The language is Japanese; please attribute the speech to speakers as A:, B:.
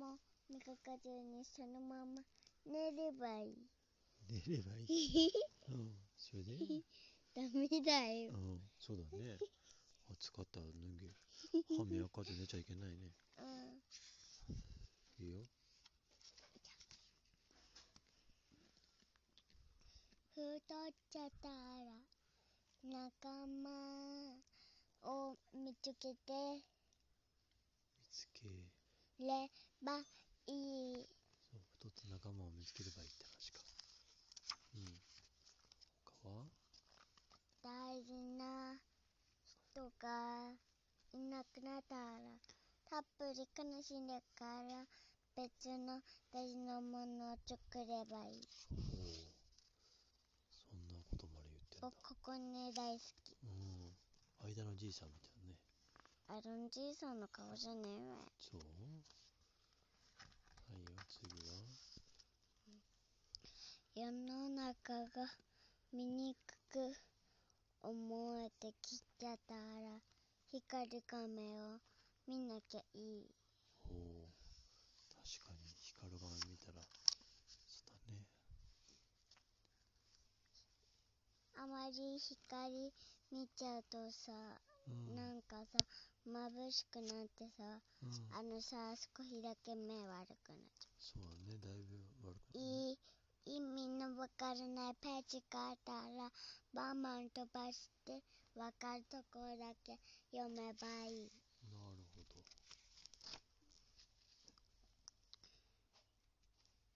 A: かかずにそのまま寝ればいい。
B: 寝ればいい。うん、それで、
A: ダメだよ
B: う。ん、そうだね。暑かったら脱げる。歯磨かず寝ちゃいけないね。
A: うん。
B: いいよ。
A: 太っちゃったら仲間を見つけて
B: 見つけ、
A: ればいい。
B: そう、太って仲間を見つければいいって話か。うん。他は
A: 大事な人がいなくなったらたっぷり悲しんでから別の大事なものを作ればいい。
B: おお。そんなことまで言ってんだ
A: 僕。ここね大好き。
B: うん。間のじいさんみたいなね。
A: アロンじいさんの顔じゃねえわ。
B: そうはいよ、次は。
A: 世の中が醜く思えてきちゃったら光る亀を見なきゃいい
B: おお確かに光る画面見たらそうだね
A: あまり光見ちゃうとさ、
B: うん
A: なんかさ眩しくなってさ
B: うん
A: あのさ少しだけ目悪くなっち
B: そうだねだいぶ
A: ゃう
B: 悪くなるね
A: いい意味のわからないページがあったらバンバン飛ばしてわかるところだけ読めばいい